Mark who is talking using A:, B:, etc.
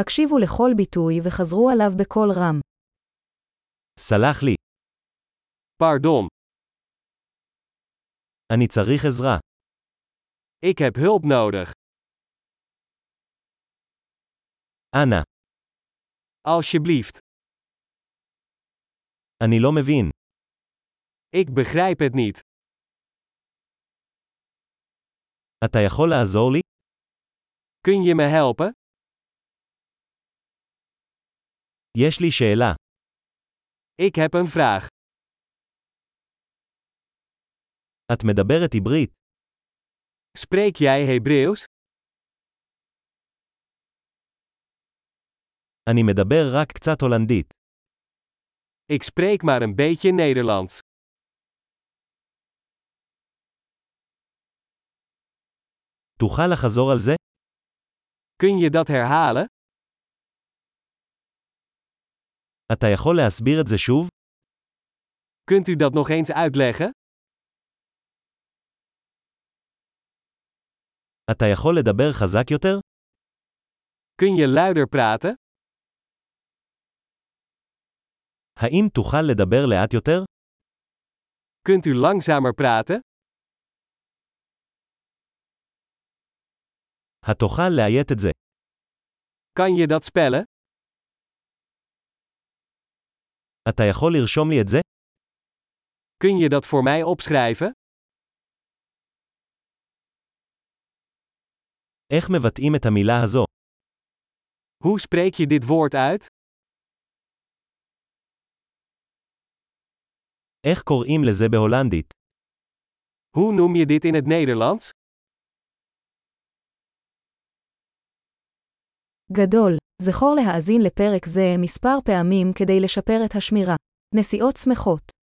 A: הקשיבו לכל ביטוי וחזרו עליו בקול רם.
B: סלח לי,
C: Pardon,
B: אני צריך עזרה.
C: ik heb hulp nodig.
B: אנא,
C: Alsjeblieft.
B: אני לא מבין.
C: Ik begrijp het niet.
B: אתה יכול לעזור לי?
C: Kun je me helpen?
B: יש לי שאלה.
C: Ik heb een vraag.
B: את מדברת עברית.
C: Spreek jij Hebreeuws?
B: אני מדבר רק קצת הולנדית.
C: Ik spreek maar een beetje Nederlands.
B: תוכל לחזור על זה?
C: Kun je dat herhalen?
B: אתה יכול להסביר את זה שוב?
C: Kunt u dat nog eens uitleggen?
B: אתה יכול לדבר חזק יותר?
C: Kun je luider praten?
B: האם תוכל לדבר לאט יותר?
C: Kunt u langzamer praten?
B: התוכל לאיית את זה.
C: Kan je dat spellen?
B: אתה יכול לרשום לי את זה?
C: Kun je dat voor mij opschrijven?
B: איך מבטאים את המילה הזו?
C: Hoe spreek je dit woord uit?
B: איך קוראים לזה בהולנדית?
C: Hoe noem je dit in het Nederlands?
A: גדול, זכור להאזין לפרק זה מספר פעמים כדי לשפר את השמירה. נסיעות שמחות